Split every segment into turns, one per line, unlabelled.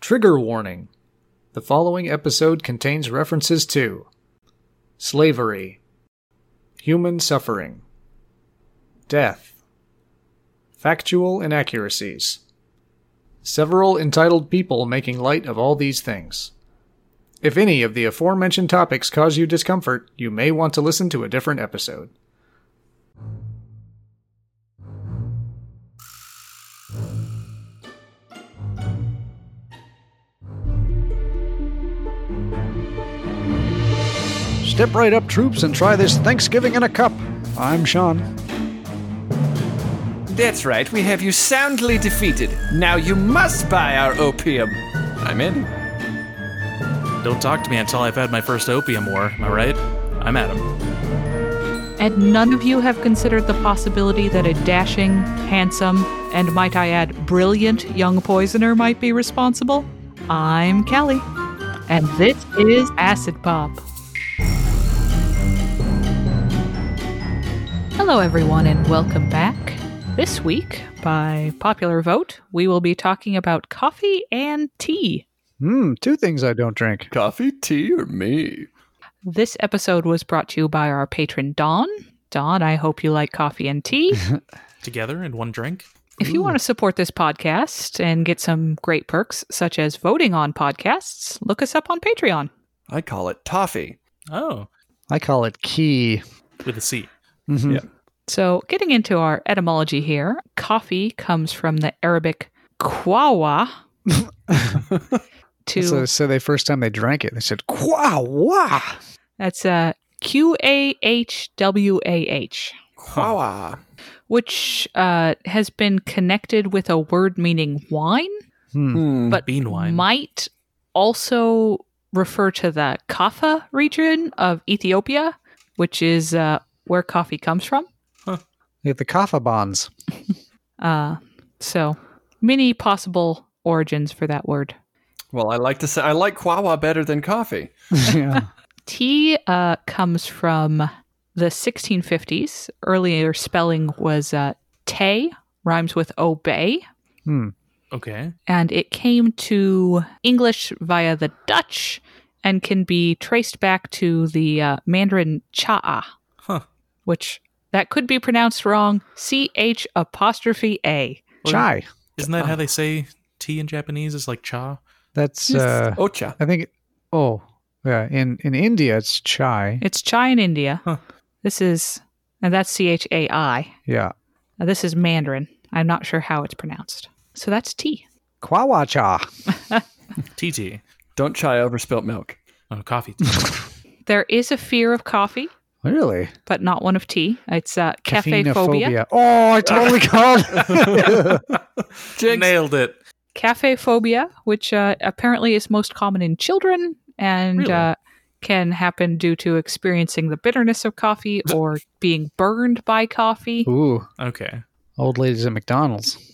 Trigger warning. The following episode contains references to slavery, human suffering, death, factual inaccuracies, several entitled people making light of all these things. If any of the aforementioned topics cause you discomfort, you may want to listen to a different episode. Step right up, troops, and try this Thanksgiving in a cup. I'm Sean.
That's right, we have you soundly defeated. Now you must buy our opium. I'm Andy.
Don't talk to me until I've had my first opium war, am I right? I'm Adam.
And none of you have considered the possibility that a dashing, handsome, and might I add, brilliant young poisoner might be responsible? I'm Kelly. And this is Acid Pop. Hello, everyone, and welcome back. This week, by popular vote, we will be talking about coffee and tea.
Hmm, two things I don't drink.
Coffee, tea, or me?
This episode was brought to you by our patron, Dawn. Dawn, I hope you like coffee and tea.
Together in one drink?
If you want to support this podcast and get some great perks, such as voting on podcasts, look us up on Patreon.
I call it toffee.
Oh,
I call it key.
with a C.
Mhm.
Yeah.
So, getting into our etymology here, coffee comes from the Arabic kwawa to
So, so they first time they drank it, they said, "Wow, wow!"
that's uh, Q A H W A H,
Quawa.
which uh, has been connected with a word meaning wine.
Hmm.
but
bean wine.
might also refer to the Kaffa region of Ethiopia, which is uh, where coffee comes from.
They had the kaffa bonds.
Uh, so, many possible origins for that word.
Well, I like to say I like quawa better than coffee.
yeah.
Tea uh, comes from the 1650s. Earlier spelling was uh, te, rhymes with obey,
Hmm.
Okay.
and it came to English via the Dutch and can be traced back to the uh, Mandarin cha'a,
Huh.
which that could be pronounced wrong. C H apostrophe A.
Well,
Chai.
Isn't that how they say tea in Japanese? Is like cha?
That's
Yes.
uh,
Ocha.
I think. Oh, yeah. In in India, it's chai.
It's chai in India.
Huh.
This is, and that's C H A I.
Yeah.
Now, This is Mandarin. I'm not sure how it's pronounced. So that's tea.
Kwawa cha.
Tea tea.
Don't chai over spilt milk.
Oh, coffee tea.
There is a fear of coffee,
Really?
but not one of tea. It's uh, cafe
Caffeinophobia.
phobia.
Oh, I totally called.
Jinx.
Nailed it.
cafe phobia, which uh, apparently is most common in children and
Really?
uh, can happen due to experiencing the bitterness of coffee or being burned by coffee.
Ooh,
Okay.
old ladies at McDonald's.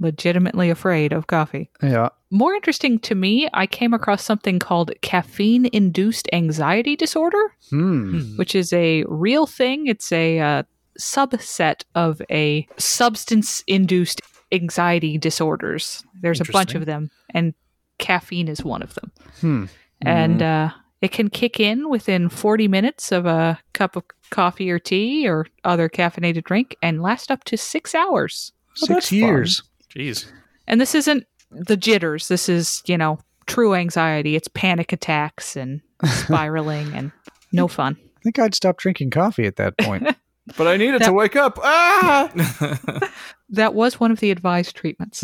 Legitimately afraid of coffee.
Yeah.
More interesting to me, I came across something called caffeine induced anxiety disorder,
Hmm.
which is a real thing. It's a uh, subset of a substance induced anxiety disorders. There's a bunch
Interesting.
of them, and caffeine is one of them.
Hmm.
and uh, it can kick in within 40 minutes of a cup of coffee or tea or other caffeinated drink and last up to six hours.
Six years.
Jeez.
And this isn't the jitters. This is, you know, true anxiety. It's panic attacks and spiraling and no fun.
I think I'd stop drinking coffee at that point.
But I needed to
That-
wake up. Ah!
That was one of the advised treatments.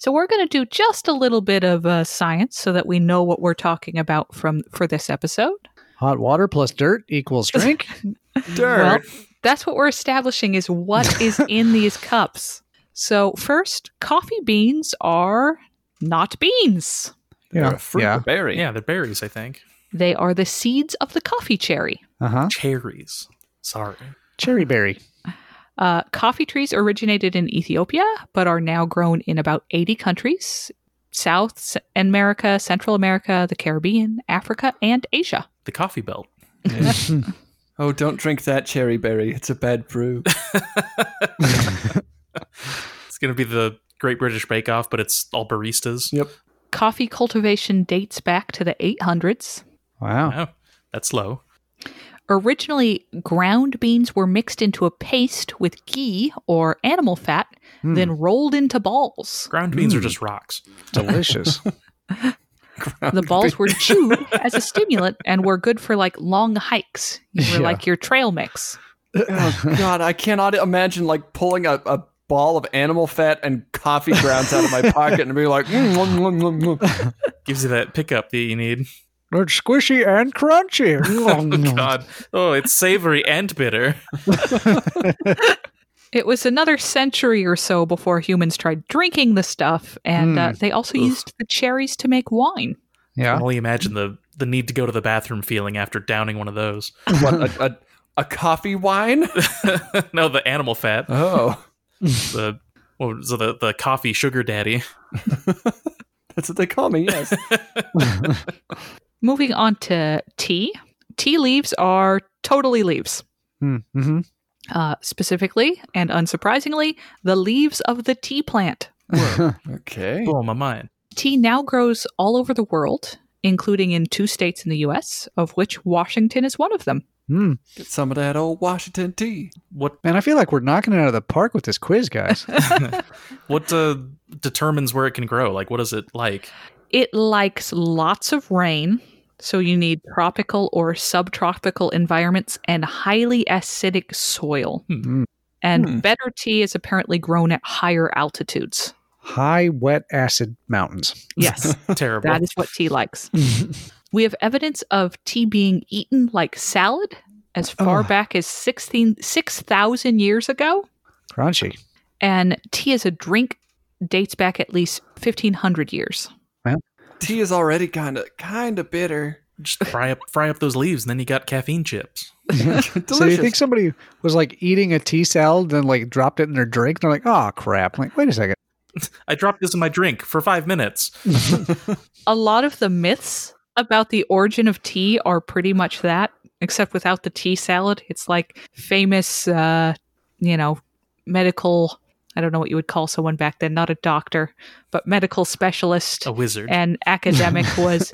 So we're going to do just a little bit of uh, science so that we know what we're talking about from for this episode.
Hot water plus dirt equals drink.
Well,
Dirt.
that's what we're establishing is what is in these cups. So first, coffee beans are not beans.
They're
yeah.
a fruit
Yeah.
or berry.
Yeah, they're berries, I think.
They are the seeds of the coffee cherry.
Uh huh.
Cherries. Sorry.
Cherry berry.
Uh, coffee trees originated in Ethiopia, but are now grown in about 80 countries South S- America, Central America, the Caribbean, Africa, and Asia.
The coffee belt.
Oh, don't drink that cherry berry. It's a bad brew.
It's going to be the Great British Bake Off, but it's all baristas.
Yep.
Coffee cultivation dates back to the 800s.
Wow.
Oh, that's low.
Originally, ground beans were mixed into a paste with ghee or animal fat,
Hmm.
then rolled into balls.
Ground beans are just rocks.
Delicious.
The balls were chewed as a stimulant and were good for like long hikes. You were
Yeah.
like your trail mix.
Oh God, I cannot imagine like pulling a, a ball of animal fat and coffee grounds out of my pocket and being like, mm, mm, mm, mm, mm.
Gives you that pickup that you need.
it's squishy and crunchy. Mm-hmm.
God. Oh, it's savory and bitter.
It was another century or so before humans tried drinking the stuff, and uh, they also used the cherries to make wine.
I
Yeah.
can only imagine the the need to go to the bathroom feeling after downing one of those.
what a, a, a coffee wine?
no, the animal fat.
Oh,
The what was it, the the coffee sugar daddy.
that's what they call me. Yes,
Moving on to tea. Tea leaves are totally leaves.
Mm-hmm.
Uh, specifically and unsurprisingly, the leaves of the tea plant.
okay.
Blow my mind.
Tea now grows all over the world, including in two states in the US, of which Washington is one of them.
Mm.
Get some of that old Washington tea.
What
Man, I feel like we're knocking it out of the park with this quiz, guys.
what uh, determines where it can grow? Like what is it like?
It likes lots of rain, so you need tropical or subtropical environments and highly acidic soil.
Hmm.
And
Hmm.
better tea is apparently grown at higher altitudes.
High, wet, acid mountains.
Yes.
Terrible.
That is what tea likes. we have evidence of tea being eaten like salad as far back as 16 6,000 years ago.
Crunchy.
And tea as a drink dates back at least 1,500 years.
Tea is already kind of kind of bitter.
Just fry up fry up those leaves and then you got caffeine chips.
Delicious.
So you think somebody was like eating a tea salad and like dropped it in their drink? They're like, oh crap. I'm like, wait a second.
I dropped this in my drink for five minutes.
A lot of the myths about the origin of tea are pretty much that, except without the tea salad. It's like famous, uh, you know, medical, I don't know what you would call someone back then, not a doctor, but medical specialist.
A wizard.
an academic was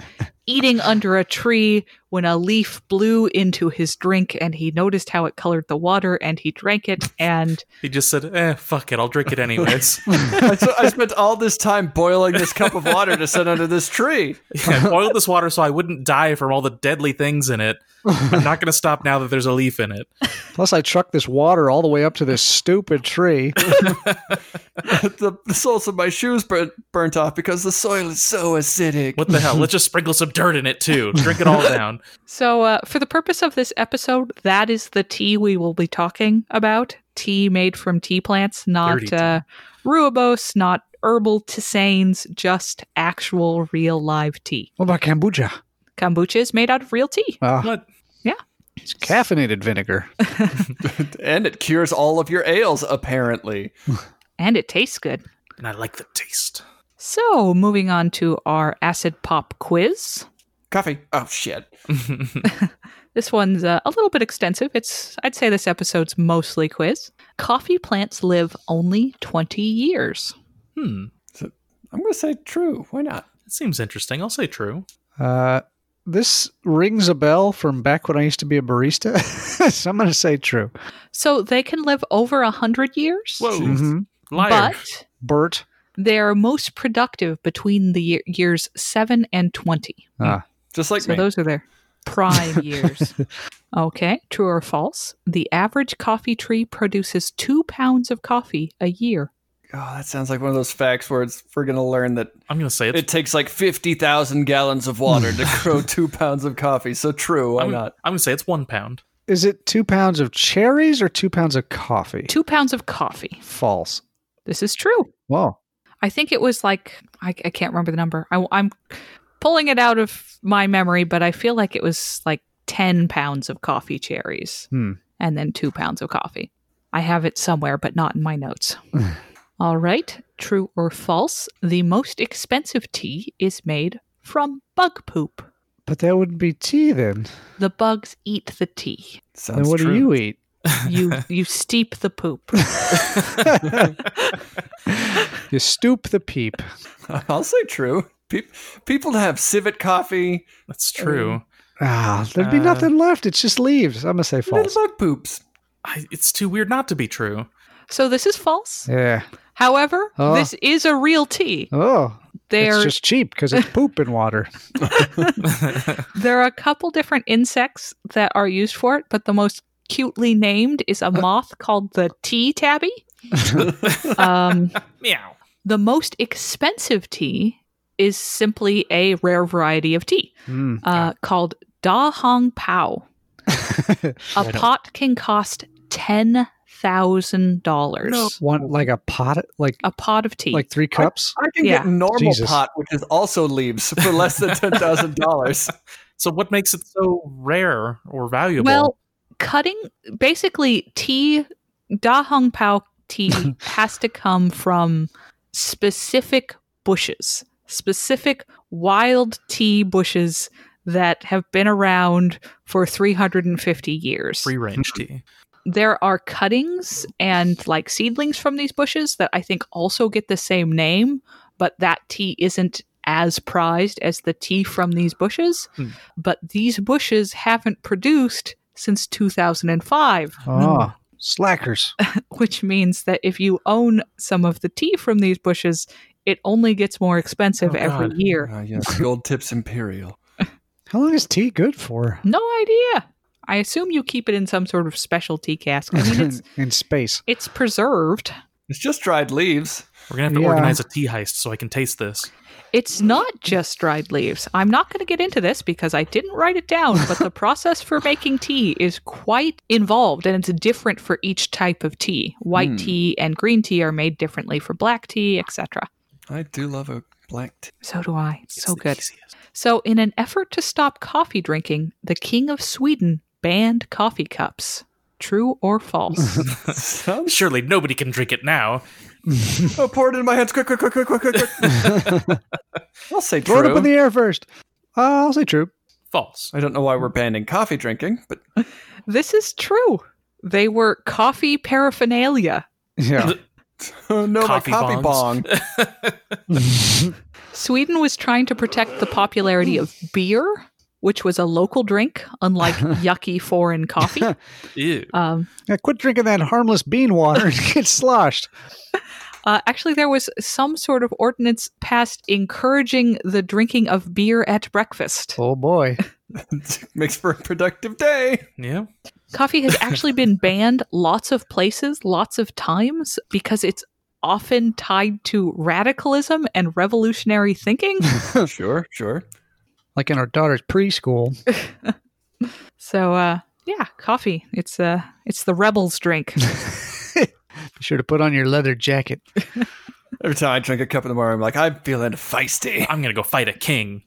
eating under a tree when a leaf blew into his drink and he noticed how it colored the water and he drank it and
He just said, eh, fuck it, I'll drink it anyways.
I, so I spent all this time boiling this cup of water to sit under this tree.
Yeah, I boiled this water so I wouldn't die from all the deadly things in it. I'm not going to stop now that there's a leaf in it.
Plus, I trucked this water all the way up to this stupid tree.
the, the soles of my shoes burnt, burnt off because the soil is so acidic.
What the hell? Let's just sprinkle some dirt in it too. Drink it all down.
so uh, for the purpose of this episode that is the tea we will be talking about tea made from tea plants
Dirty
not
tea.
uh, ruibos not herbal tisanes just actual real live tea
What about kombucha?
kombucha is made out of real tea
Uh,
What?
it's caffeinated vinegar.
And it cures all of your ails, apparently.
and it tastes good
And I like the taste.
so moving on to our acid pop quiz
Coffee. Oh, shit.
This one's uh, a little bit extensive. It's I'd say this episode's mostly quiz. Coffee plants live only 20 years.
Hmm.
I'm going to say true. Why not?
That seems interesting. I'll say true.
Uh, this rings a bell from back when I used to be a barista. so I'm going to say true.
So they can live over 100 years.
Mm-hmm.
Mhm.
Liar.
But
Bert.
they are most productive between the ye- years 7 and 20.
Ah,
Just like
so
me.
those are their prime years. Okay, true or false? The average coffee tree produces 2 pounds of coffee a year.
oh, that sounds like one of those facts where it's, we're going to learn that
I'm going to say it's.
it takes like 50,000 gallons of water to grow two pounds of coffee. So true. Why
I'm,
not?
I'm going to say it's one pound.
is it two pounds of cherries or two pounds of coffee?
2 pounds of coffee.
False.
This is true.
Wow.
I think it was like I, I can't remember the number. I, am pulling it out of my memory, but I feel like it was like ten pounds of coffee cherries
Hmm.
and then two pounds of coffee. I have it somewhere, but not in my notes. All right, true or false? The most expensive tea is made from bug poop.
But that wouldn't be tea then.
The bugs eat the tea.
Then
Sounds
what
true.
do you eat?
You you steep the poop.
You stoop the peep.
I'll say true. Pe- people have civet coffee,
That's true.
Ah, there'd be
Uh,
nothing left. It's just leaves. I'm gonna say
little
false.
bug poops.
I, it's too weird not to be true.
So this is false.
Yeah.
However,
Oh.
this is a real tea.
Oh,
There
it's just cheap because it's poop and water.
there are a couple different insects that are used for it, but the most cutely named is a moth called the tea tabby. um,
Meow.
the most expensive tea is simply a rare variety of tea
Mm.
uh, called Da Hong Pao. A pot can cost ten thousand dollars.
One like a pot, like
A pot of tea.
like three cups.
I can
Yeah.
get normal
Jesus.
pot, which is also leaves, for less than ten thousand dollars.
So what makes it so rare or valuable?
well, cutting basically tea Da Hong Pao tea has to come from specific bushes, specific wild tea bushes that have been around for 350 years.
free range tea.
there are cuttings and like seedlings from these bushes that I think also get the same name, but that tea isn't as prized as the tea from these bushes.
Hmm.
But these bushes haven't produced since 2005,
Ah.
Oh, slackers.
which means that if you own some of the tea from these bushes, it only gets more expensive
Oh,
every
God.
year.
Ah,
yes, gold tips imperial.
How long is tea good for?
No idea. I assume you keep it in some sort of specialty cask. I mean, it's
in space.
it's preserved.
It's just dried leaves.
We're gonna have to
Yeah.
organize a tea heist so I can taste this.
It's not just dried leaves. I'm not going to get into this because I didn't write it down, but the process for making tea is quite involved and it's different for each type of tea. White
Hmm.
tea and green tea are made differently for black tea, etc.
I do love a black tea.
So do I. It's so
the
good.
easiest.
So, in an effort to stop coffee drinking, the king of Sweden banned coffee cups. True or false?
Sounds
Surely nobody can drink it now.
oh, pour it in my hands, quick, quick, quick, quick, quick, quick. quick. I'll say
Throw it
true.
up in the air first. Uh, I'll say true.
False.
I don't know why we're banning coffee drinking, but
this is true. They were coffee paraphernalia.
Yeah.
oh, no,
Coffee
my coffee
bongs.
bong.
Sweden was trying to protect the popularity of beer, which was a local drink, unlike yucky foreign coffee.
Ew.
Um,
yeah. Quit drinking that harmless bean water and get sloshed.
uh, actually, there was some sort of ordinance passed encouraging the drinking of beer at breakfast.
Oh boy.
Makes for a productive day.
Yeah.
Coffee has actually been banned lots of places, lots of times, because it's often tied to radicalism and revolutionary thinking.
sure, sure.
Like in our daughter's preschool.
So, uh, yeah, coffee. It's uh, it's the rebels' drink.
Be sure to put on your leather jacket.
Every time I drink a cup in the morning, I'm like, I'm feeling feisty.
I'm gonna go fight a king.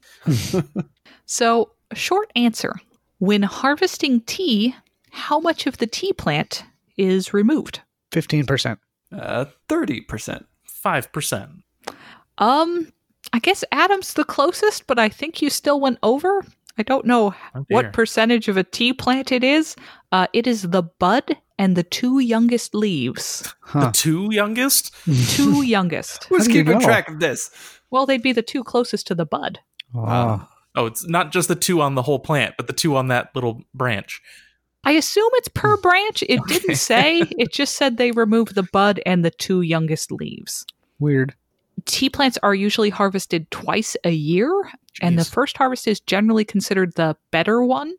So, short answer when harvesting tea, how much of the tea plant is removed?
Fifteen percent.
Uh, 30%.
Five percent.
Um, I guess Adam's the closest, but I think you still went over. I don't know
Oh, dear.
what percentage of a tea plant it is. Uh, it is the bud and the two youngest leaves.
Huh.
The two youngest?
Two youngest.
Who's
do you
keeping
know?
track of this?
Well, they'd be the two closest to the bud.
Wow.
Ah,
Oh, it's not just the two on the whole plant, but the two on that little branch.
I assume it's per branch. It didn't say. It just said they remove the bud and the two youngest leaves.
Weird.
tea plants are usually harvested twice a year, and the
Jeez.
first harvest is generally considered the better one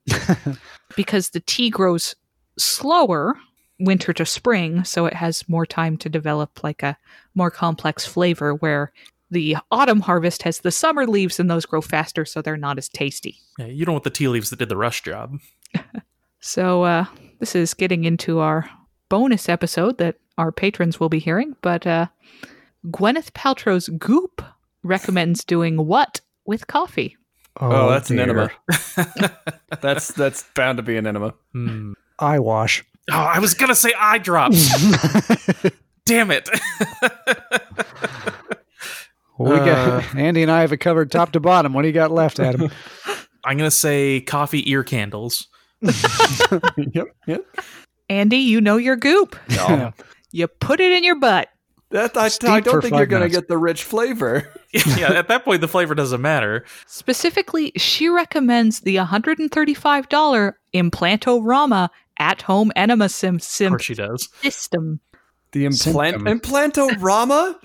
because the tea grows slower winter to spring, so it has more time to develop like a more complex flavor where the autumn harvest has the summer leaves and those grow faster so they're not as tasty.
Yeah, you don't want the tea leaves that did the rush job.
So uh this is getting into our bonus episode that our patrons will be hearing, but uh Gwyneth Paltrow's Goop recommends doing what with coffee?
Oh, that's
dear.
an enema. that's that's bound to be an enema.
Hmm.
Eye wash.
Oh, I was gonna say eye drops. Damn it.
Well, we
Uh.
got Andy and I have it covered top to bottom. What do you got left, Adam?
I'm gonna say coffee ear candles.
yep, yep.
Andy, you know your goop.
No.
You put it in your butt.
That, I,
Steep
I don't
for
think you're
five
going to
minutes.
get the rich flavor.
yeah, at that point, the flavor doesn't matter.
Specifically, she recommends the $135 Implantorama at home enema sim-
Of
sim-
course, she does.
system.
The implant
Symptom.
implantorama.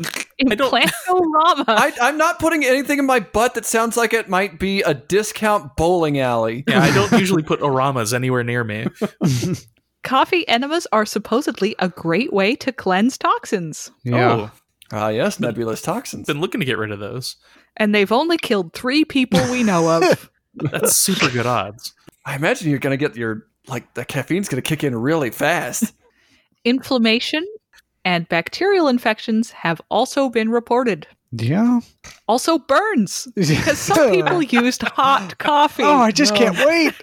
I don't-
Implantorama.
I, I'm not putting anything in my butt that sounds like it might be a discount bowling alley.
Yeah, I don't usually put oramas anywhere near me.
Coffee enemas are supposedly a great way to cleanse toxins.
Yeah.
Oh,
Ah, yes, nebulous toxins.
been looking to get rid of those.
And they've only killed three people we know of.
That's super good odds.
I imagine you're going to get your like the caffeine's going to kick in really fast.
Inflammation and bacterial infections have also been reported.
Yeah.
Also, burns. Because some people used hot coffee.
oh, I just can't wait.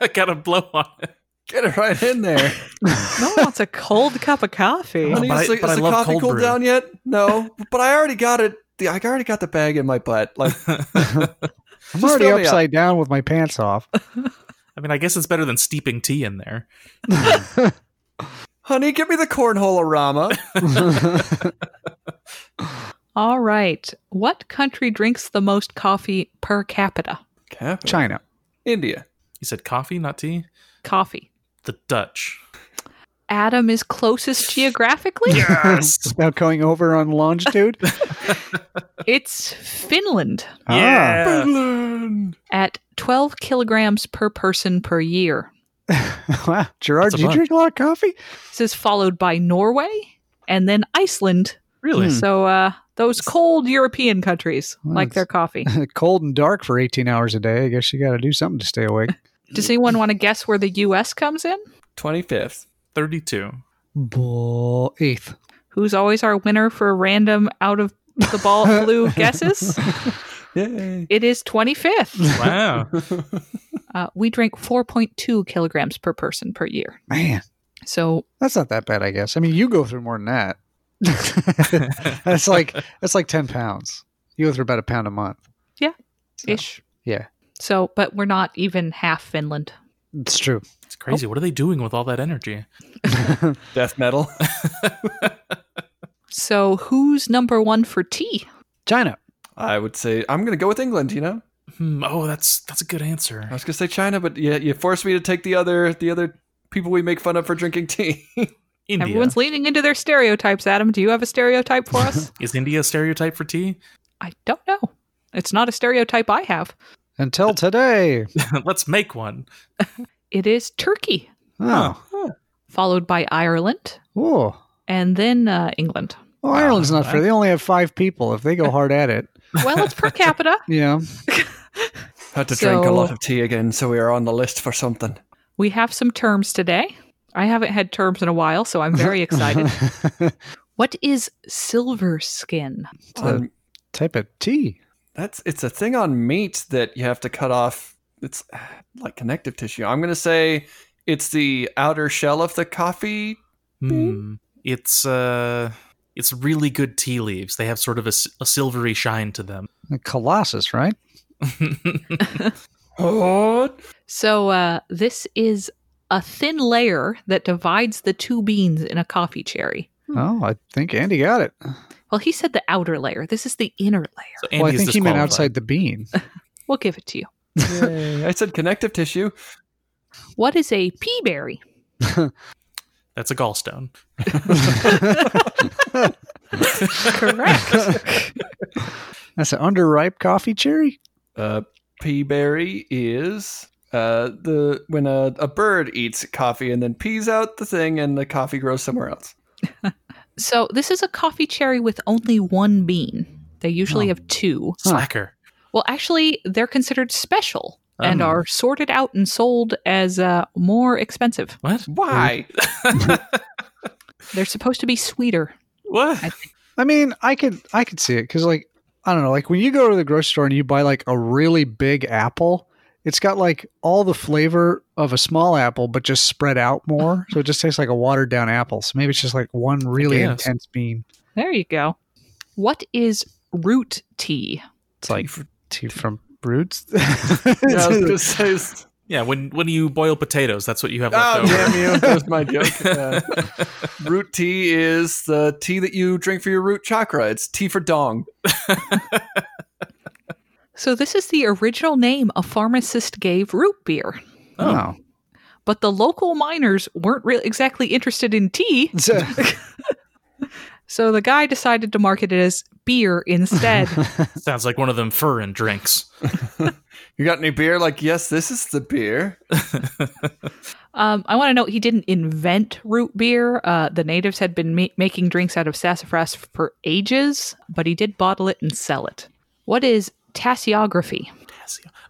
I got a blow on it.
Get it right in there.
No one wants a cold cup of coffee.
Oh,
Honey,
but
is
I-
the,
but
is
I
the
love
coffee
cold
cooled
brew.
down yet? No, but I already got it. the- I already got the bag in my butt. Like
I'm
Just
already
fill me up.
upside down with my pants off.
I mean, I guess it's better than steeping tea in there.
Honey, give me the cornhole-orama.
All right. What country drinks the most coffee per capita?
Capital.
China.
India.
You said coffee, not tea?
Coffee.
The Dutch.
Adam is closest geographically.
Yes.
Without going over on longitude. Ah,
It's Finland
Ah.
yeah.
Finland.
at 12 kilograms per person per year.
Ah. wow. Gerard,
That's a
do you
lot.
drink a lot of coffee?
This is followed by Norway and then Iceland.
Really?
So, uh, those cold European countries
Well,
like
it's-
their coffee.
Uh, Cold and dark for 18 hours a day. I guess you got to do something to stay awake.
Does anyone want to guess where the U.S. comes in?
Twenty-fifth.
32.
Bull eighth.
Who's always our winner for random out of the ball blue guesses?
Yay.
It is 25th.
Wow.
Uh, we drink 4.2 kilograms per person per year.
Man,
So
that's not that bad, I guess. I mean, you go through more than that. that's like that's like 10 pounds. You go through about a pound a month.
Yeah.
So,
ish.
yeah.
So, but we're not even half Finland.
It's true.
It's crazy. What are they doing with all that energy?
Death metal.
So who's number one for tea?
China.
I would say I'm going to go with England. You know,
Hmm, oh, that's that's a good
I
answer.
was going to say China, but yeah, you forced me to take the other the other people we make fun of for drinking tea.
India.
Everyone's leaning into their stereotypes. Adam, do you have a stereotype for us?
Is India a stereotype for tea?
I don't know. It's not a stereotype I have.
Until today.
Let's make one.
It is Turkey,
Oh.
followed by Ireland,
Whoa.
and then uh, England.
Well, Ireland's not fair. They only have five people. If they go hard at it,
Well, it's per capita.
you know,
Had to
So-
drink a lot of tea again, so we are on the list for something.
We have some terms today. I haven't had terms in a while, so I'm very excited. what is silver skin?
It's a
On-
type of tea.
Um, that's it's a thing on meat that you have to cut off. It's ah, like connective tissue. I'm going to say it's the outer shell of the coffee.
Hmm. It's uh it's really good tea leaves. They have sort of a, s- a silvery shine to them.
A colossus, right?
Oh,
So uh, this is a thin layer that divides the two beans in a coffee cherry.
Oh, I think Andy got it.
Well, he said the outer layer. This is the inner layer.
So
well, I
Andy is
think he meant
disqualified.
outside the bean.
We'll give it to you.
I said connective tissue.
What is a pea berry?
That's a gallstone.
Correct.
That's an underripe coffee cherry.
Uh, pea berry is uh, the when a, a bird eats coffee and then pees out the thing, and the coffee grows somewhere else.
so this is a coffee cherry with only one bean. They usually
Oh.
have two.
Slacker.
Well, actually, they're considered special and
Oh.
are sorted out and sold as uh, more expensive.
What?
Why?
They're supposed to be sweeter.
What?
I think.
I mean, I could I could see it because like I don't know, like when you go to the grocery store and you buy like a really big apple, it's got like all the flavor of a small apple, but just spread out more. so it just tastes like a watered down apple. So maybe it's just like one really
guess.
intense bean.
There you go. What is root tea?
It's like tea from roots.
Yeah, I was gonna say it's
Yeah, when when you boil potatoes, that's what you have left
Oh,
over.
damn you. That was my joke. Uh, root tea is the tea that you drink for your root chakra. It's tea for dong.
So, this is the original name a pharmacist gave root beer.
Oh.
But the local miners weren't re- exactly interested in tea, so the guy decided to market it as beer instead.
Sounds like one of them furin drinks.
You got any beer? Like, yes, this is the beer.
Um, I want to note he didn't invent root beer. Uh, the natives had been ma- making drinks out of sassafras for ages, but he did bottle it and sell it. What is tassiography?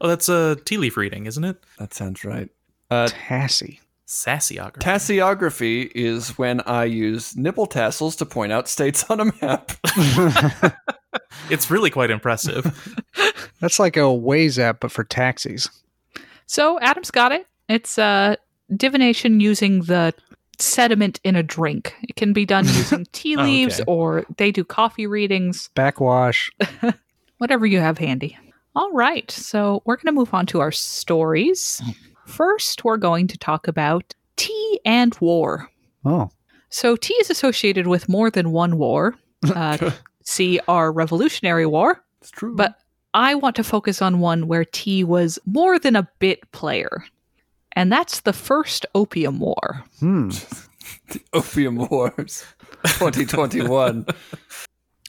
Oh, that's a tea leaf reading, isn't it?
That sounds right.
Tassie.
Sassiography.
Tassiography is when I use nipple tassels to point out states on a map.
it's really quite impressive.
That's like a Waze app, but for taxis.
So Adam's got it. It's uh, divination using the sediment in a drink. It can be done using tea
Oh, okay.
leaves or they do coffee readings,
Backwash.
whatever you have handy. All right. So we're going to move on to our stories. First, we're going to talk about tea and war.
Oh.
So tea is associated with more than one war. Uh, see our Revolutionary War.
It's true.
But I want to focus on one where tea was more than a bit player, and that's the First Opium War.
Hmm.
Opium Wars 2021.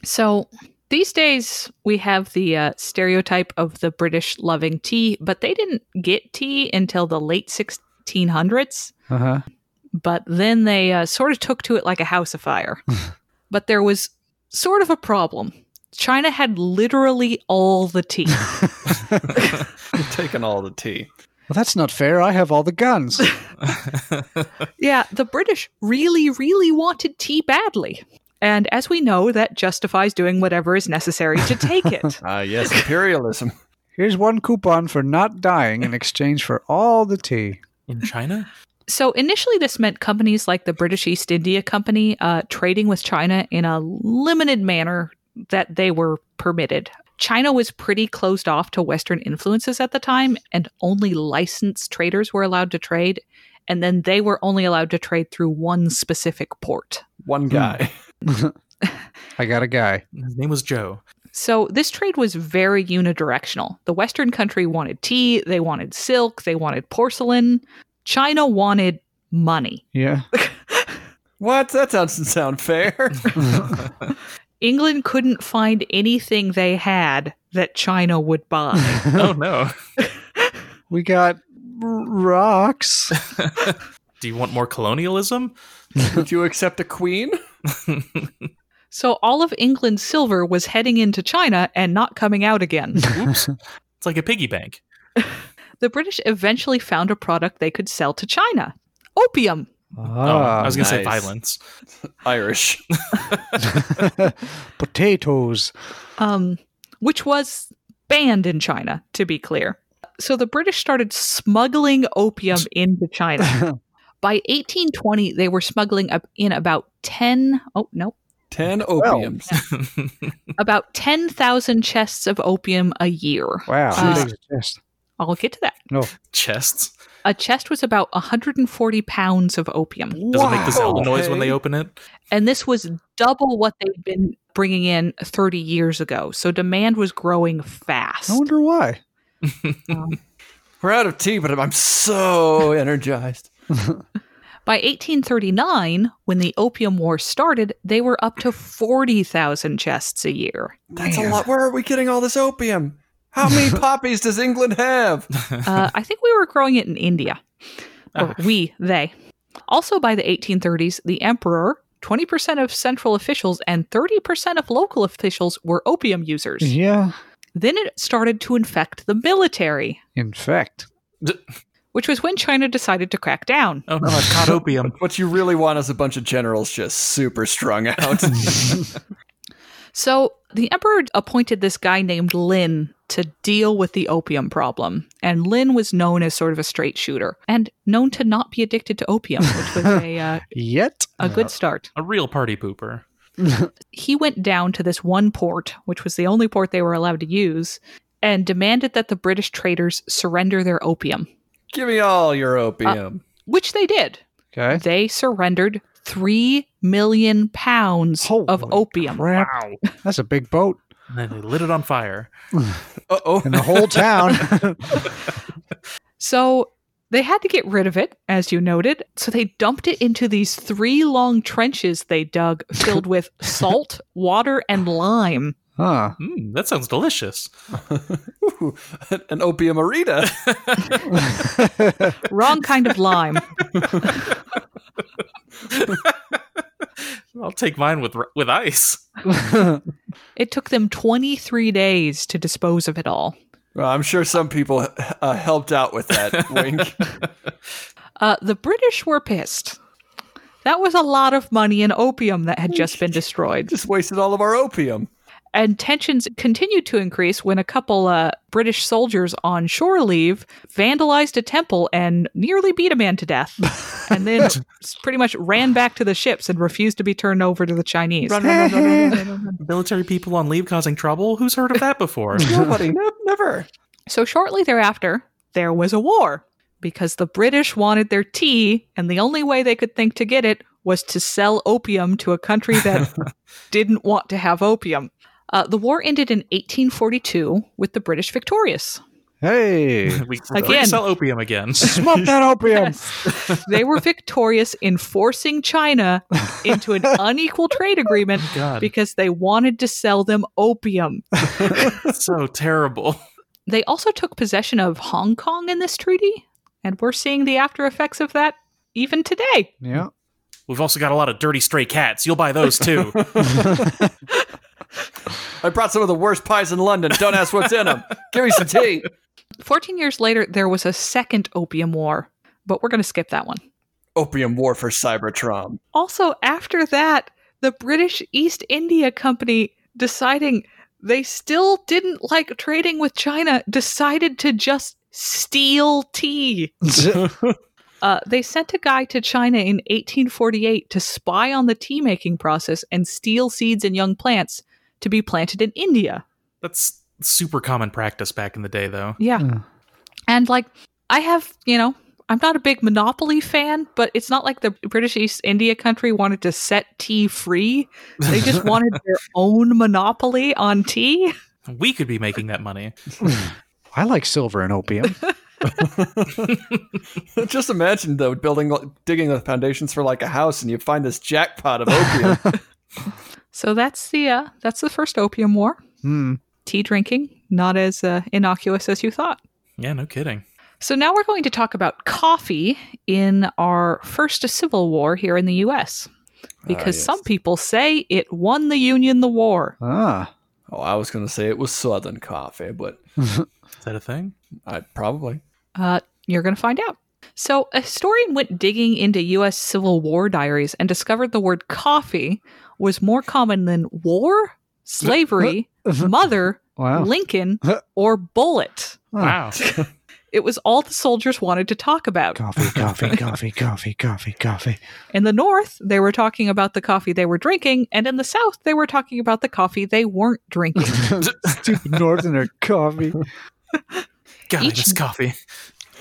So these days we have the uh, stereotype of the British loving tea, but they didn't get tea until the late 1600s.
Uh huh.
but then they uh, sort of took to it like a house afire. but there was sort of a problem. China had literally all the tea.
Taking all the tea.
Well, that's not fair. I have all the guns.
yeah, the British really, really wanted tea badly. And as we know, that justifies doing whatever is necessary to take it.
Ah, yes, imperialism.
Here's one coupon for not dying in exchange for all the tea.
In China?
so initially, this meant companies like the British East India Company uh, trading with China in a limited manner that they were permitted. China was pretty closed off to Western influences at the time, and only licensed traders were allowed to trade. And then they were only allowed to trade through one specific port.
One guy.
I got a guy.
His name was Joe.
So this trade was very unidirectional. The Western country wanted tea, they wanted silk, they wanted porcelain. China wanted money.
Yeah.
What? That doesn't sound fair.
England couldn't find anything they had that China would buy.
oh no.
We got r- rocks.
Do you want more colonialism?
Would you accept a queen?
so all of England's silver was heading into China and not coming out again.
Oops. it's like a piggy bank.
the British eventually found a product they could sell to China opium.
Oh,
Ah,
I was gonna say
nice.
violence.
Irish.
potatoes.
um, which was banned in China, to be clear. So the British started smuggling opium into China. By 1820, they were smuggling up in about 10, oh no,
Ten opiums.
about 10,000 chests of opium a year.
Wow.
Uh,
Big chest.
I'll get to that.
Chests.
A chest was about 140 pounds of opium.
Does it make the Zelda noise when
Hey.
they open it?
And this was double what they'd been bringing in 30 years ago. So demand was growing fast.
I wonder why.
We're out of tea, but I'm- I'm so energized.
By 1839, when the Opium War started, they were up to 40,000 chests a year.
That's a lot. Where are we getting all this opium? How many poppies does England have?
Uh, I think we were growing it in India. Or we, they. Also, by the 1830s, the emperor, 20% of central officials, and 30% of local officials were opium users.
Mm-hmm.
Yeah.
Then it started to infect the military,
In fact,
which was when China decided to crack down.
Oh no, I've caught opium.
What you really want is a bunch of generals just super strung out.
So the emperor appointed this guy named Lin to deal with the opium problem. And Lin was known as sort of a straight shooter and known to not be addicted to opium, which was a, uh,
yet.
a good start.
A real party pooper.
He went down to this one port, which was the only port they were allowed to use, and demanded that the British traders surrender their opium.
Give me all your opium.
which they did.
Okay.
They surrendered three million pounds of
Holy
opium.
Crap. That's a big boat.
And then they lit it on fire.
Uh oh.
And the whole town.
So they had to get rid of it, as you noted. So they dumped it into these three long trenches they dug, filled with salt, water, and lime.
huh.
Mm, that sounds delicious.
Ooh, an opium arena.
Wrong kind of lime.
I'll take mine with r- with ice.
It took them 23 days to dispose of it all.
Well, I'm sure some people uh, helped out with that wink.
Uh, the British were pissed. That was a lot of money and opium that had just been destroyed.
Just wasted all of our opium.
And tensions continued to increase when a couple uh, British soldiers on shore leave vandalized a temple and nearly beat a man to death. And then s- pretty much ran back to the ships and refused to be turned over to the Chinese.
Military people on leave causing trouble? Who's heard of that before?
Nobody, ne- never.
So shortly thereafter, there was a war because the British wanted their tea, and the only way they could think to get it was to sell opium to a country that didn't want to have opium. Uh, the war ended in 1842 with the British victorious.
hey.
we
Again.
again. sell opium again.
Smoke that opium.
They were victorious in forcing China into an unequal trade agreement
Oh
God,
because they wanted to sell them opium.
so terrible.
They also took possession of Hong Kong in this treaty, and we're seeing the after effects of that even today.
Yeah.
We've also got a lot of dirty stray cats. You'll buy those too.
I brought some of the worst pies in London. Don't ask what's in them. Give me some tea.
14 years later, there was a second opium war, but we're going to skip that one.
Opium war for Cybertron.
Also, after that, the British East India Company deciding they still didn't like trading with China, decided to just steal tea. Uh, they sent a guy to China in 1848 to spy on the tea making process and steal seeds and young plants to be planted in India.
That's super common practice back in the day, though.
Yeah.
Yeah.
And like I have, you know, I'm not a big Monopoly fan, but it's not like the British East India country wanted to set tea free. They just wanted their own monopoly on tea.
We could be making that money.
I like silver and opium.
Just imagine though, building, digging the foundations for like a house, and you find this jackpot of opium.
So that's the uh, that's the first opium war.
Hmm.
Tea drinking, not as uh, innocuous as you thought.
Yeah, no kidding.
So now we're going to talk about coffee in our first civil war here in the US. Because some people say it won the Union the war.
Ah.
oh, I was gonna say it was Southern coffee, but
Is that a thing?
I probably.
Uh, you're going to find out. So, a historian went digging into U.S. Civil War diaries and discovered the word coffee was more common than war, slavery, mother,
Wow.
Lincoln, or bullet.
Wow.
It was all the soldiers wanted to talk about.
Coffee, coffee, coffee, coffee, coffee, coffee.
In the North, they were talking about the coffee they were drinking, and in the South, they were talking about the coffee they weren't drinking.
Stupid northerner coffee.
God,
Each-
this coffee.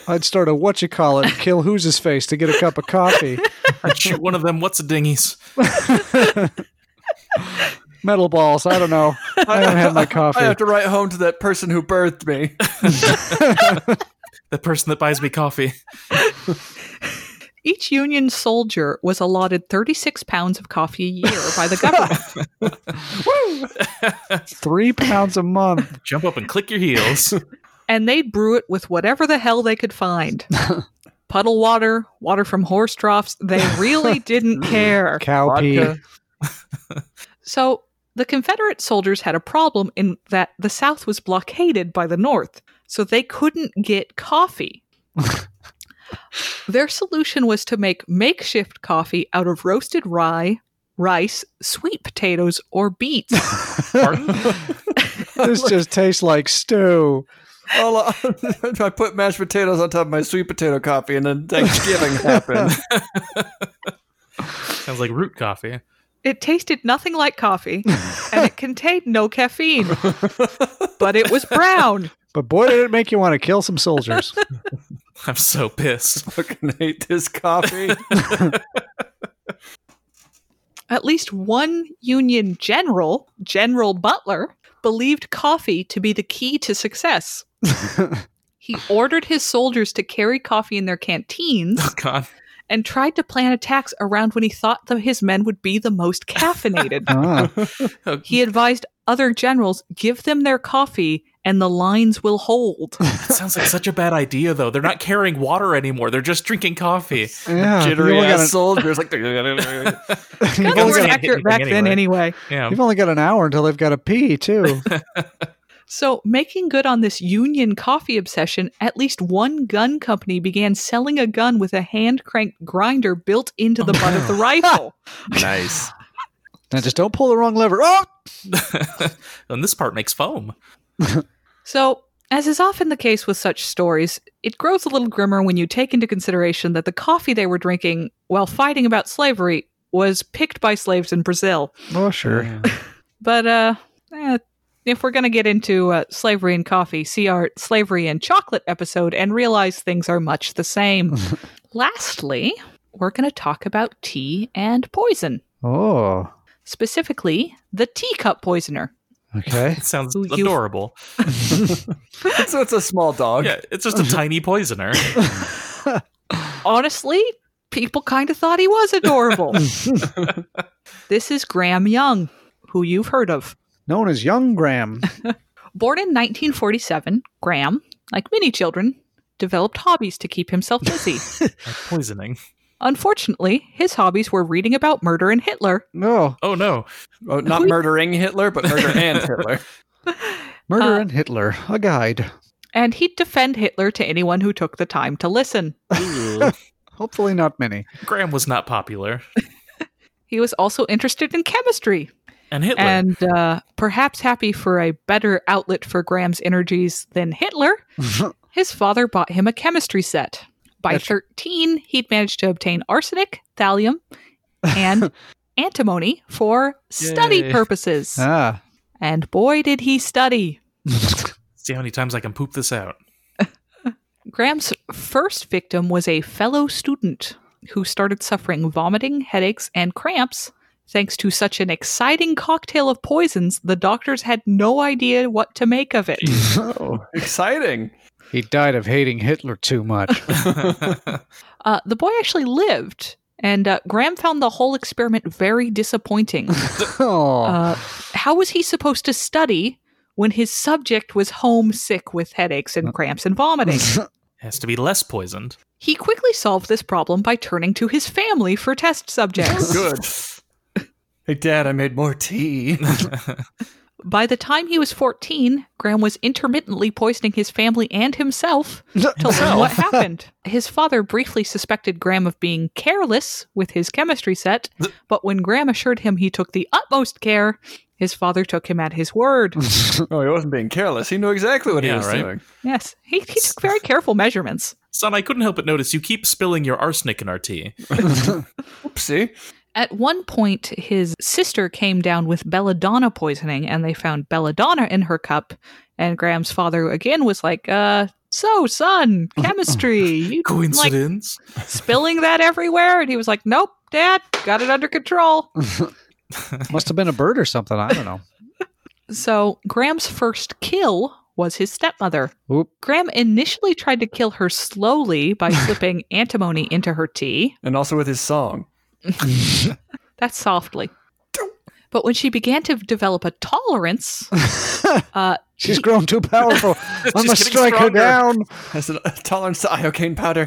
I'd start a what you call it, kill who's his face to get a cup of coffee.
I'd shoot one of them. What's a dingies?
Metal balls. I don't know. I don't have my coffee.
I have to write home to that person who birthed me.
The person that buys me coffee.
Each Union soldier was allotted 36 pounds of coffee a year by the government.
Three pounds a month.
Jump up and click your heels.
and they'd brew it with whatever the hell they could find puddle water, water from horse troughs. They really didn't care.
Cow pee.
Vodka.
So the Confederate soldiers had a problem in that the South was blockaded by the North, so they couldn't get coffee. Their solution was to make makeshift coffee out of roasted rye, rice, sweet potatoes, or beets.
Pardon?
This just tastes like stew.
All I, I put mashed potatoes on top of my sweet potato coffee, and then Thanksgiving happened.
Sounds like root coffee.
It tasted nothing like coffee, and it contained no caffeine, but it was brown.
But boy, did it make you want to kill some soldiers.
I'm so pissed.
Fucking hate this coffee.
At least one Union general, General Butler, believed coffee to be the key to success. he ordered his soldiers to carry coffee in their canteens
Oh, God.
and tried to plan attacks around when he thought that his men would be the most caffeinated.
Ah,
he advised other generals give them their coffee and the lines will hold.
That sounds like such a bad idea, though. They're not carrying water anymore. They're just drinking coffee.
yeah. You've
Jittery
only, got
ass
an,
soldiers like
you've
Kind
only
of
got
weren't
an-
gonna hit
accurate
anything
back then anyway.
Yeah.
you've only got an hour until they've got to pee too.
So, making good on this Union coffee obsession, at least one gun company began selling a gun with a hand cranked grinder built into the
Oh,
butt of the rifle.
nice.
now just don't pull the wrong lever. Oh,
and this part makes foam.
So, as is often the case with such stories, it grows a little grimmer when you take into consideration that the coffee they were drinking while fighting about slavery was picked by slaves in Brazil.
oh sure.
But uh, eh, if we're going to get into uh, slavery and coffee, see our slavery and chocolate episode and realize things are much the same. Lastly, we're going to talk about tea and poison,
Oh,
specifically the teacup poisoner.
okay.
It sounds
Who you-
adorable.
So it's a small dog.
Yeah, it's just a tiny poisoner.
Honestly, people kind of thought he was adorable. this is Graham Young, who you've heard of.
Known as Young Graham.
Born in 1947, Graham, like many children, developed hobbies to keep himself busy.
Like poisoning.
Unfortunately, his hobbies were reading about murder and Hitler,
No,
Oh, no.
Oh, not murdering Hitler, but murder and Hitler.
Murder
Uh,
and Hitler, a guide.
and he'd defend Hitler to anyone who took the time to listen.
Ooh.
Hopefully not many.
Graham was not popular.
He was also interested in chemistry
And Hitler.
and uh, perhaps happy for a better outlet for Graham's energies than Hitler. His father bought him a chemistry set. By
That's-
13, he'd managed to obtain arsenic, thallium, and antimony for study
Yay.
purposes.
ah,
And boy, did he study.
See how many times I can poop this out.
Graham's first victim was a fellow student who started suffering vomiting, headaches, and cramps thanks to such an exciting cocktail of poisons, the doctors had no idea what to make of it.
oh.
Exciting.
he died of hating Hitler too much.
Uh, the boy actually lived, and uh, Graham found the whole experiment very disappointing.
oh,
Uh, how was he supposed to study when his subject was homesick with headaches and cramps and vomiting?
Has to be less poisoned.
He quickly solved this problem by turning to his family for test subjects.
Good. Hey, Dad, I made more tea.
By the time he was 14, Graham was intermittently poisoning his family and himself to learn what happened. His father briefly suspected Graham of being careless with his chemistry set, but when Graham assured him he took the utmost care, his father took him at his word.
oh, he wasn't being careless. He knew exactly what he
Yeah,
was
right?
doing.
yes, he, he took very careful measurements.
Son, I couldn't help but notice you keep spilling your arsenic in our tea.
Oopsie.
At one point, his sister came down with belladonna poisoning, and they found belladonna in her cup. And Graham's father again was like, uh, so, son, chemistry. You like
Coincidence?
spilling that everywhere? And he was like, Nope, dad, got it under control.
must have been a bird or something. I don't know.
So Graham's first kill was his stepmother.
Oop.
Graham initially tried to kill her slowly by slipping antimony into her tea.
And also with his song.
That's softly. But when she began to develop a tolerance, uh,
She's grown too powerful. I
She's
must
getting
strike her
stronger.
down.
I said, "Uh, tolerance to iocane powder.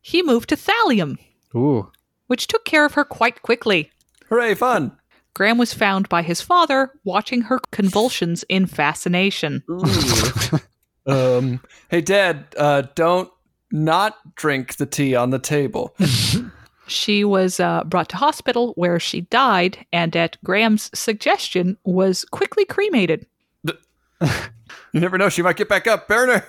he moved to thallium,
Ooh.
which took care of her quite quickly.
Hooray, fun.
Graham was found by his father watching her convulsions in fascination.
um, hey, Dad, uh, don't not drink the tea on the table.
She was uh, brought to hospital where she died, and at Graham's suggestion, was quickly cremated.
You never know, she might get back up. Burner.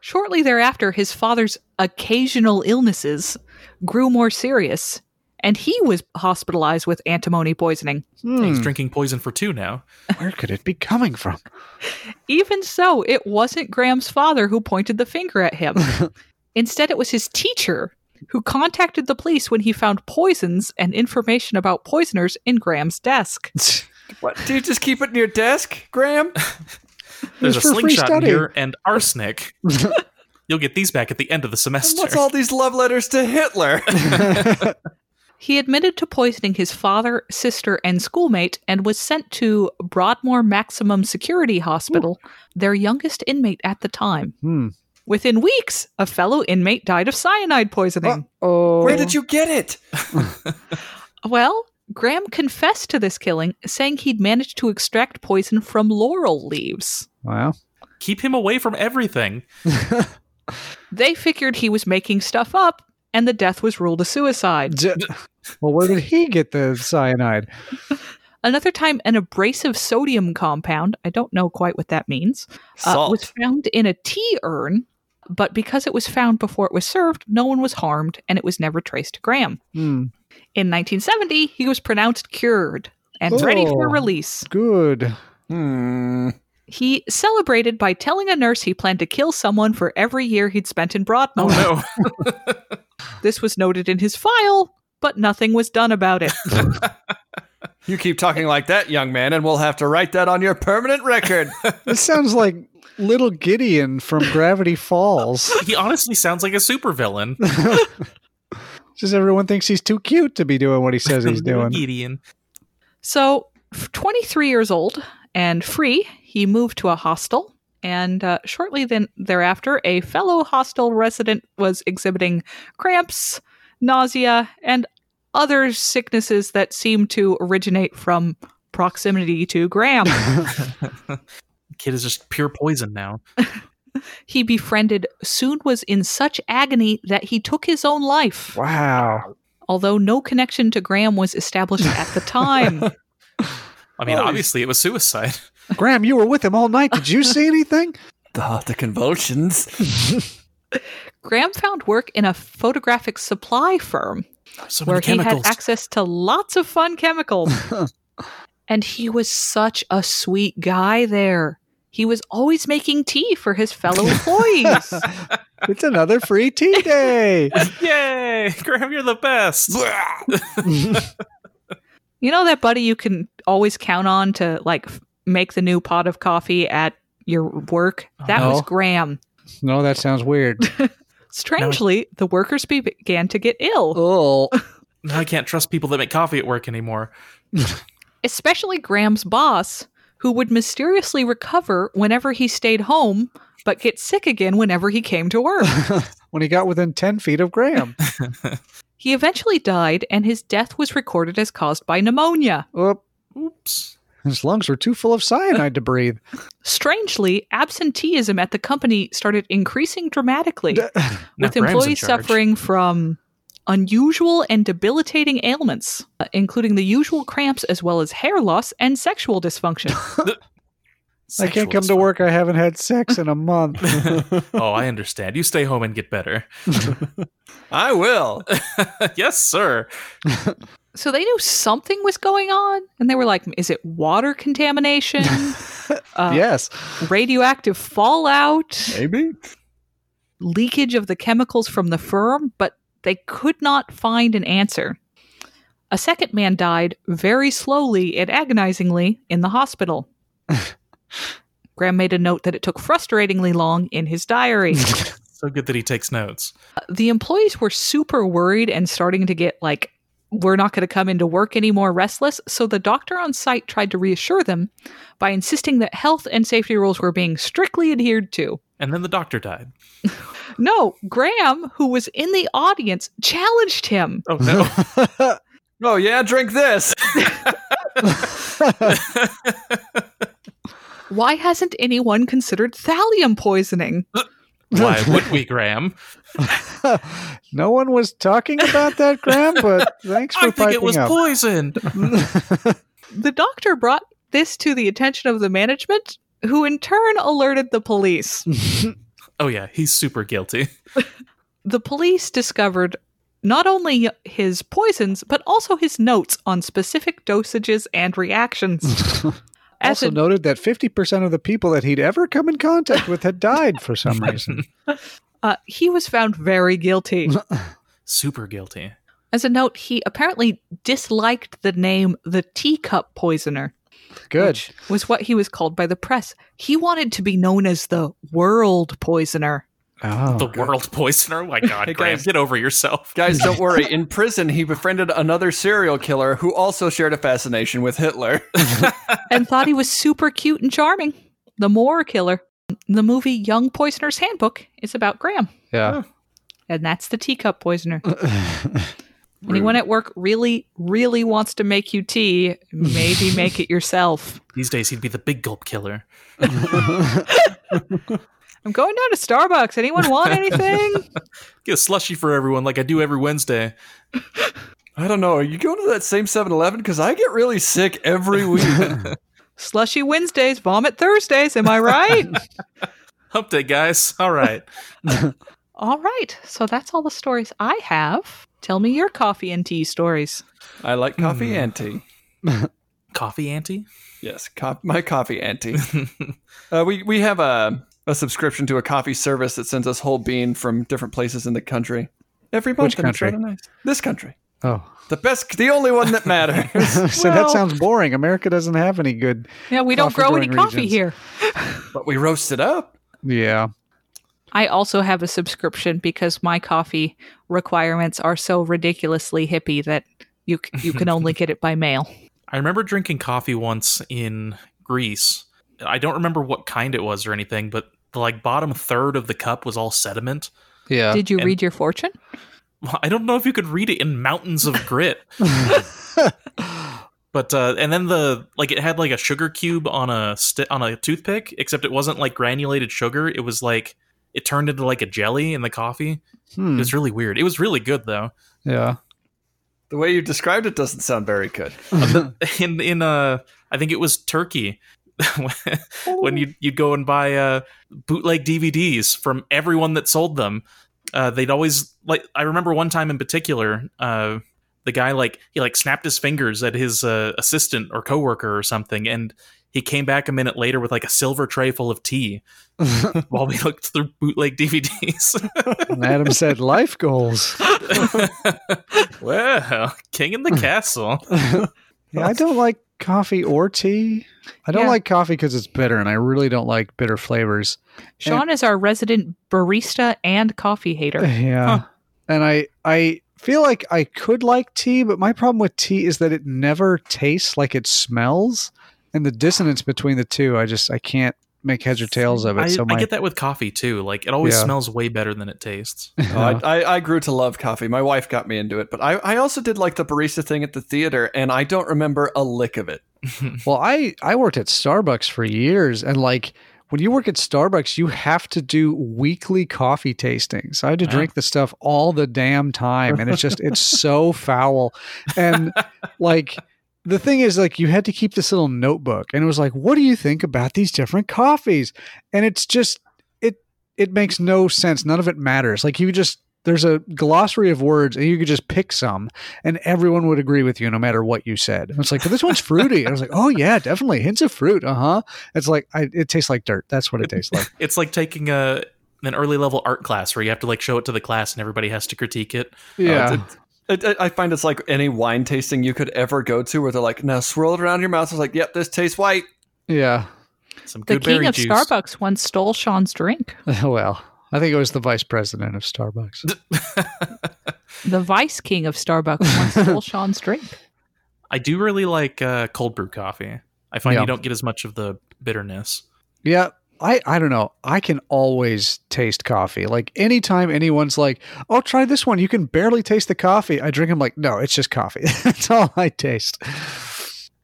Shortly thereafter, his father's occasional illnesses grew more serious, and he was hospitalized with antimony poisoning.
He's drinking poison for two now.
Hmm, Where could it be coming from?
Even so, it wasn't Graham's father who pointed the finger at him. Instead, it was his teacher who contacted the police when he found poisons and information about poisoners in Graham's desk.
What? Do you just keep it in your desk, Graham?
There's a
for free
slingshot in
study.
here and arsenic. You'll get these back at the end of the semester.
What's all these love letters to Hitler?
He admitted to poisoning his father, sister, and schoolmate and was sent to Broadmoor Maximum Security Hospital, their youngest inmate at the time.
Hmm.
Within weeks, a fellow inmate died of cyanide poisoning.
Oh,
Where did you get it?
Well, Graham confessed to this killing, saying he'd managed to extract poison from laurel leaves.
Wow.
Keep him away from everything.
They figured he was making stuff up, and the death was ruled a suicide.
D- well, where did he get the cyanide?
Another time, an abrasive sodium compound, I don't know quite what that means, uh,
Salt.
was found in a tea urn, but because it was found before it was served, no one was harmed and it was never traced to Graham.
Hmm.
In 1970, he was pronounced cured and ready for
Oh.
release.
Good.
Hmm.
He celebrated by telling a nurse he planned to kill someone for every year he'd spent in
Oh,
Broadmoor.
No.
This was noted in his file, but nothing was done about it.
You keep talking like that, young man, and we'll have to write that on your permanent record.
This sounds like Little Gideon from Gravity Falls.
he honestly sounds like a supervillain.
Just everyone thinks he's too cute to be doing what he says he's
Little
doing.
Gideon.
So, f- 23 years old and free, he moved to a hostel. And uh, shortly then thereafter, a fellow hostel resident was exhibiting cramps, nausea, and other sicknesses that seemed to originate from proximity to Graham.
Kid is just pure poison now.
he befriended soon was in such agony that he took his own life,
Wow.
although no connection to Graham was established at the time.
I mean,
Oh, he's-
obviously it was suicide.
Graham, you were with him all night. Did you see anything?
the, the convulsions.
Graham found work in a photographic supply firm
So
where
many chemicals.
he had access to lots of fun chemicals. and he was such a sweet guy there. He was always making tea for his fellow employees.
It's another free tea day.
Yay! Graham, you're the best.
you know that buddy you can always count on to like f- make the new pot of coffee at your work? That
No.
was Graham.
no, that sounds weird.
Strangely, the workers be- began to get ill,
Oh,
now I can't trust people that make coffee at work anymore.
especially Graham's boss, who would mysteriously recover whenever he stayed home, but get sick again whenever he came to work.
when he got within 10 feet of Graham.
He eventually died, and his death was recorded as caused by pneumonia.
Oh,
Oops.
his lungs were too full of cyanide to breathe.
Strangely, absenteeism at the company started increasing dramatically,
Now
with
Graham's in
employees
charge.
suffering from unusual and debilitating ailments, uh, including the usual cramps as well as hair loss and sexual dysfunction.
I can't
Sexual
come to work. I haven't had sex in a month.
dysfunction. oh, I understand. You stay home and get better.
I will.
yes, sir.
so they knew something was going on, and they were like, "Is it water contamination? uh,
yes.
Radioactive fallout?"
Maybe.
leakage of the chemicals from the firm, but they could not find an answer. A second man died very slowly and agonizingly in the hospital. Graham made a note that it took frustratingly long in his diary.
So good that he takes notes.
the employees were super worried and starting to get like, we're not going to come into work anymore, restless. So the doctor on site tried to reassure them by insisting that health and safety rules were being strictly adhered to.
And then the doctor died.
No, Graham, who was in the audience, challenged him.
Oh no.
Oh, yeah, drink this.
Why hasn't anyone considered thallium poisoning?
Why would we, Graham?
no one was talking about that, Graham, but thanks for
I think it
piping
was
up.
poison.
The doctor brought this to the attention of the management, who in turn alerted the police.
Oh yeah, he's super guilty.
The police discovered not only his poisons, but also his notes on specific dosages and reactions. As
also
a-
noted that 50% of the people that he'd ever come in contact with had died for some reason.
uh, he was found very guilty.
Super guilty.
As a note, he apparently disliked the name the teacup poisoner,
Good.
was what he was called by the press. He wanted to be known as the world poisoner.
Oh,
the
good.
world poisoner. My God,
Hey,
Graham,
guys.
get over yourself.
Guys, don't worry. In prison, he befriended another serial killer who also shared a fascination with Hitler.
and thought he was super cute and charming. The Moore Killer. The movie Young Poisoner's Handbook is about Graham,
Yeah.
and that's the teacup poisoner. Anyone at work really, really wants to make you tea, maybe make it yourself.
These days, he'd be the big gulp killer.
I'm going down to Starbucks. Anyone want anything?
Get a slushy for everyone, like I do every Wednesday.
I don't know. Are you going to that same 7 Eleven? Because I get really sick every week.
Slushy Wednesdays, vomit Thursdays. Am I right?
Hump day, guys. All right.
all right. So that's all the stories I have. Tell me your coffee and tea stories.
I like
Hmm.
coffee and tea.
Coffee auntie.
Yes, co- my coffee auntie. uh, we, we have a, a subscription to a coffee service that sends us whole bean from different places in the country. Every month,
Which
and it's
country?
rather nice. This country.
Oh.
The best, the only one that matters.
so that
Well-
sounds boring. America doesn't have any good.
Yeah, we don't
Coffee
grow any
growing
coffee
regions.
here.
but we roast it up.
Yeah.
I also have a subscription because my coffee requirements are so ridiculously hippie that you c- you can only get it by mail.
I remember drinking coffee once in Greece. I don't remember what kind it was or anything, but the like bottom third of the cup was all sediment.
Yeah.
Did you
and-
read your fortune?
I don't know if you could read it in mountains of grit. but uh, and then the like it had like a sugar cube on a sti on a toothpick, except it wasn't like granulated sugar. It was like it turned into like a jelly in the coffee. It
Hmm.
was really weird. It was really good though.
Yeah.
The way you described it doesn't sound very good.
in in uh I think it was Turkey when you would you'd go and buy uh bootleg DVDs from everyone that sold them. Uh they'd always like I remember one time in particular uh the guy like he like snapped his fingers at his uh, assistant or coworker or something and he came back a minute later with like a silver tray full of tea while we looked through bootleg DVDs.
And Adam said life goals.
well, king
Hmm.
in the castle.
Yeah, I don't like coffee or tea. I don't
Yeah.
like coffee because it's bitter, and I really don't like bitter flavors.
Sean is our resident barista and coffee hater.
Yeah. And I I feel like I could like tea, but my problem with tea is that it never tastes like it smells. And the dissonance between the two, I just I can't make heads or tails of it.
I,
so my
I get that with coffee too. Like it always
Yeah.
smells way better than it tastes.
Oh, I, I, I grew to love coffee. My wife got me into it, but I, I also did like the barista thing at the theater, and I don't remember a lick of it.
Well, I I worked at Starbucks for years, and like when you work at Starbucks, you have to do weekly coffee tastings. I had to
Wow.
drink the stuff all the damn time, and it's just it's so foul, and like. The thing is, like, you had to keep this little notebook, and it was like, "What do you think about these different coffees?" And it's just, it it makes no sense. None of it matters. Like, you just there's a glossary of words, and you could just pick some, and everyone would agree with you no matter what you said. And it's like, well, this one's fruity. And I was like, oh yeah, definitely hints of fruit. Uh huh. It's like I, it tastes like dirt. That's what it tastes like.
It's like taking a an early level art class where you have to like show it to the class and everybody has to critique it.
Uh, it- it- I find it's like any wine tasting you could ever go to where they're like, now swirl it around your mouth. It's like, yep, this tastes white.
yeah.
Some
The
good berry
king of
juice.
Starbucks once stole Sean's drink.
Well, I think it was the vice president of Starbucks.
The vice king of Starbucks once stole Sean's drink.
I do really like uh, cold brew coffee. I find
Yeah.
you don't get as much of the bitterness.
Yeah. I, I don't know. I can always taste coffee. Like anytime anyone's like, "Oh, try this one," you can barely taste the coffee. I drink. I'm like, no, it's just coffee. That's all I taste.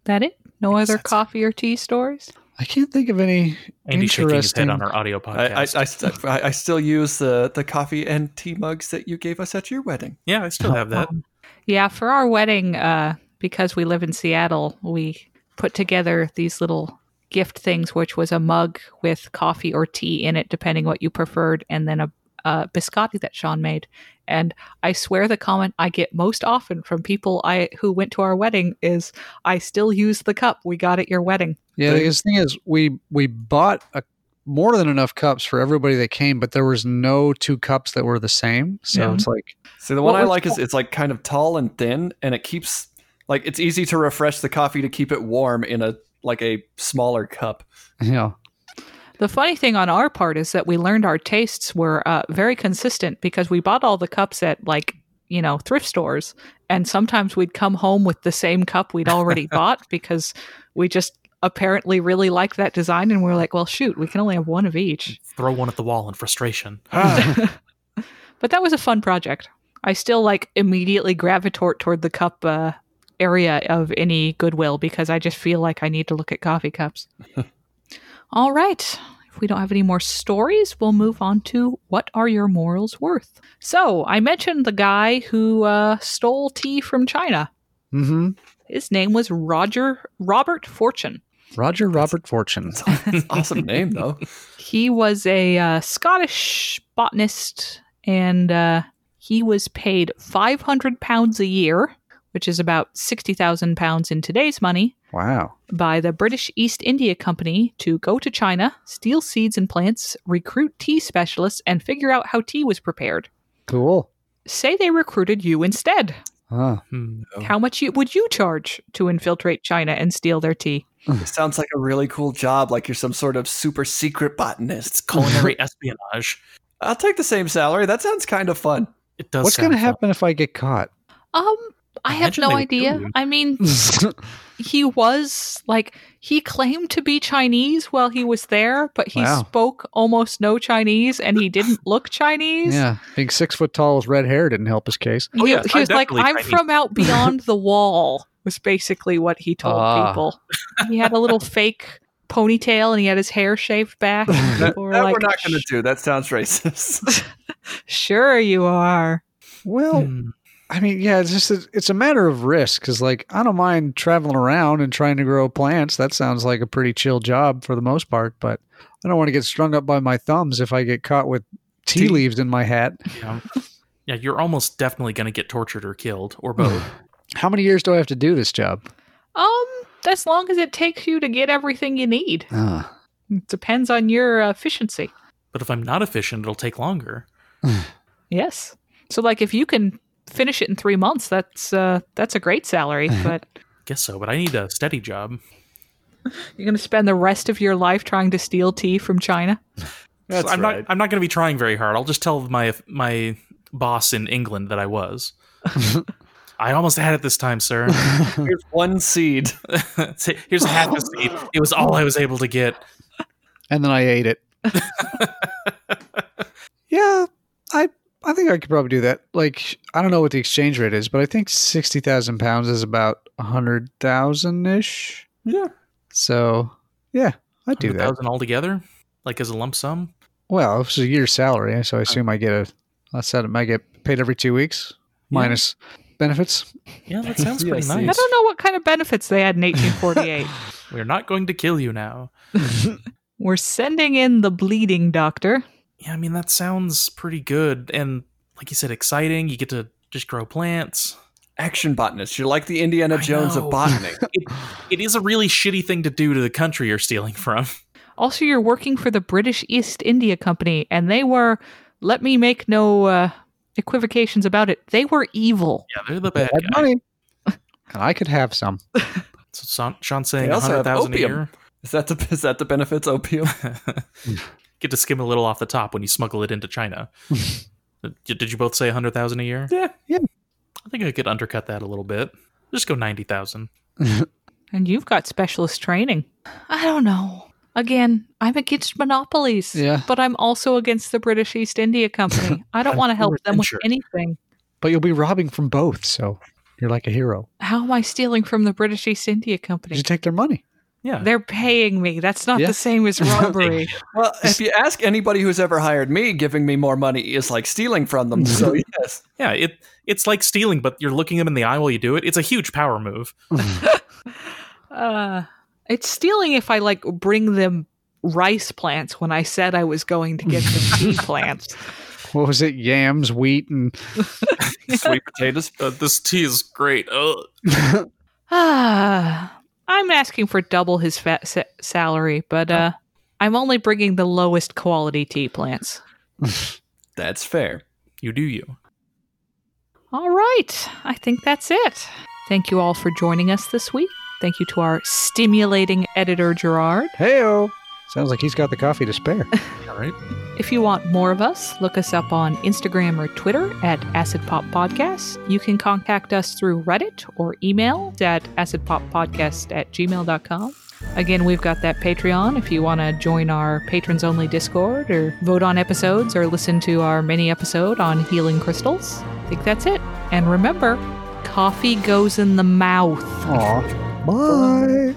That it? No other
that's-
coffee or tea stories?
I can't think of any
Andy shaking his head
interesting.
on our audio
I, I, I,
podcast.
st- I- I still use the, the coffee and tea mugs that you gave us at your wedding.
yeah, I still have that.
Um, Yeah, for our wedding, uh, because we live in Seattle, we put together these little gift things, which was a mug with coffee or tea in it, depending what you preferred, and then a uh, biscotti that Sean made. And I swear the comment I get most often from people I who went to our wedding is, "I still use the cup we got at your wedding."
Yeah, the biggest thing is we we bought a, more than enough cups for everybody that came, but there was no two cups that were the same. So
Yeah.
it's like
See, the one
What
I
was
like is it's like kind of tall and thin, and it keeps like it's easy to refresh the coffee to keep it warm in a like a smaller cup.
you know
The funny thing on our part is that we learned our tastes were uh, very consistent because we bought all the cups at like you know thrift stores, and sometimes we'd come home with the same cup we'd already bought because we just apparently really liked that design, and we were like, "Well, shoot, we can only have one of each."
Throw one at the wall in frustration.
But that was a fun project. I still like immediately gravitate toward the cup uh, area of any Goodwill because I just feel like I need to look at coffee cups. All right. If we don't have any more stories, we'll move on to what are your morals worth? So I mentioned the guy who uh, stole tea from China.
hmm
His name was Roger Robert Fortune.
Roger Robert Fortune.
It's an awesome name though.
He was a uh, Scottish botanist, and uh, he was paid 500 pounds a year, which is about 60,000 pounds in today's money,
Wow.
by the British East India Company to go to China, steal seeds and plants, recruit tea specialists, and figure out how tea was prepared.
Cool.
Say they recruited you instead.
Huh.
Hmm.
How much you, would you charge to infiltrate China and steal their tea?
It sounds like a really cool job. Like you're some sort of super secret botanist.
It's culinary espionage.
I'll take the same salary. That sounds kind of fun.
It does.
What's
going to
happen if I get caught?
Um, I have
Imagine
no
they would kill
idea.
you.
I mean, he was like he claimed to be Chinese while he was there, but he
Wow.
spoke almost no Chinese and he didn't look Chinese.
yeah, being six foot tall with red hair didn't help his case.
He,
Oh, yeah,
he
I'm
was like,
definitely
"I'm
Chinese."
from out beyond the wall," was basically what he told
Ah.
people. He had a little fake ponytail and he had his hair shaved back. And
That,
people were
that
like,
we're not going to do. That sounds racist.
"Sure, you are."
Well,
Hmm,
I mean, yeah, it's just a, it's a matter of risk because, like, I don't mind traveling around and trying to grow plants. That sounds like a pretty chill job for the most part, but I don't want to get strung up by my thumbs if I get caught with tea,
Tea.
leaves in my hat.
Yeah. yeah, you're almost definitely going to get tortured or killed or both.
How many years do I have to do this job?
Um, as long as it takes you to get everything you need,
Ah.
it depends on your efficiency.
but if I'm not efficient, it'll take longer.
Yes. So like if you can finish it in 3 months, that's uh that's a great salary, but
Guess so, but I need a steady job.
you're going to spend the rest of your life trying to steal tea from China.
That's
I'm
right.
not. I'm not going to be trying very hard. I'll just tell my my boss in England that I was. I almost had it this time, sir.
Here's one seed.
Say, Here's half a seed. It was all I was able to get.
and then I ate it. yeah, I I think I could probably do that. Like, I don't know what the exchange rate is, but I think sixty thousand pounds is about a hundred thousand ish.
Yeah.
So, yeah, I'd do that.
Thousand altogether, like as a lump sum.
Well, it's a year's salary, so I assume I get a. I said I get paid every two weeks
Yeah.
minus benefits.
Yeah, that sounds
Yeah, I
pretty
see.
I
nice.
don't know what kind of benefits they had in 1848.
We're not going to kill you now.
We're sending in the bleeding doctor.
Yeah, I mean that sounds pretty good, and like you said, exciting. You get to just grow plants.
Action botanist. You're like the Indiana
I
Jones
know.
of botany.
It, it is a really shitty thing to do to the country you're stealing from.
Also you're working for the British East India Company and they were let me make no uh equivocations about it. They were evil.
Yeah, they're the bad
I'd
guys.
money. and I could have some.
So Sean, Sean's saying
They also have
100,000 a
opium.
year.
Is that the is that the benefits opium?
Get to skim a little off the top when you smuggle it into China. Did did you both say 100,000 a year?
Yeah.
I think I could undercut that a little bit. Just go 90,000.
And you've got specialist training. I don't know. Again, I'm against monopolies.
Yeah.
But I'm also against the British East India Company. I don't want to help them with
Adventure.
anything.
But you'll be robbing from both, so you're like a hero.
How am I stealing from the British East India
You
Company?
should take their money.
Yeah.
They're paying me. That's not
Yeah.
the same as robbery.
Well, if you ask anybody who's ever hired me, giving me more money is like stealing from them. So yes,
yeah, it it's like stealing, but you're looking them in the eye while you do it. It's a huge power move.
uh, it's stealing if I like bring them rice plants when I said I was going to get them tea plants.
what was it? Yams, wheat, and
Sweet potatoes.
Uh, this tea is great. Uh, Ugh.
Ah, I'm asking for double his fat sa- salary, but uh, I'm only bringing the lowest quality tea plants.
That's fair.
You do you.
All right, I think that's it. Thank you all for joining us this week. Thank you to our stimulating editor, Gerard.
heyo. Sounds like he's got the coffee to spare.
All right.
If you want more of us, look us up on Instagram or Twitter at Acid Pop Podcast. You can contact us through Reddit or email at acidpoppodcast at gmail.com. Again, we've got that Patreon if you want to join our patrons only Discord or vote on episodes or listen to our mini episode on healing crystals. I think that's it. And remember, coffee goes in the mouth.
Aw.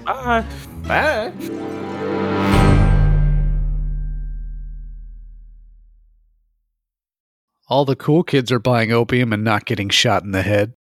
Bye.
Bye.
Bye.
All the cool kids are buying opium and not getting shot in the head.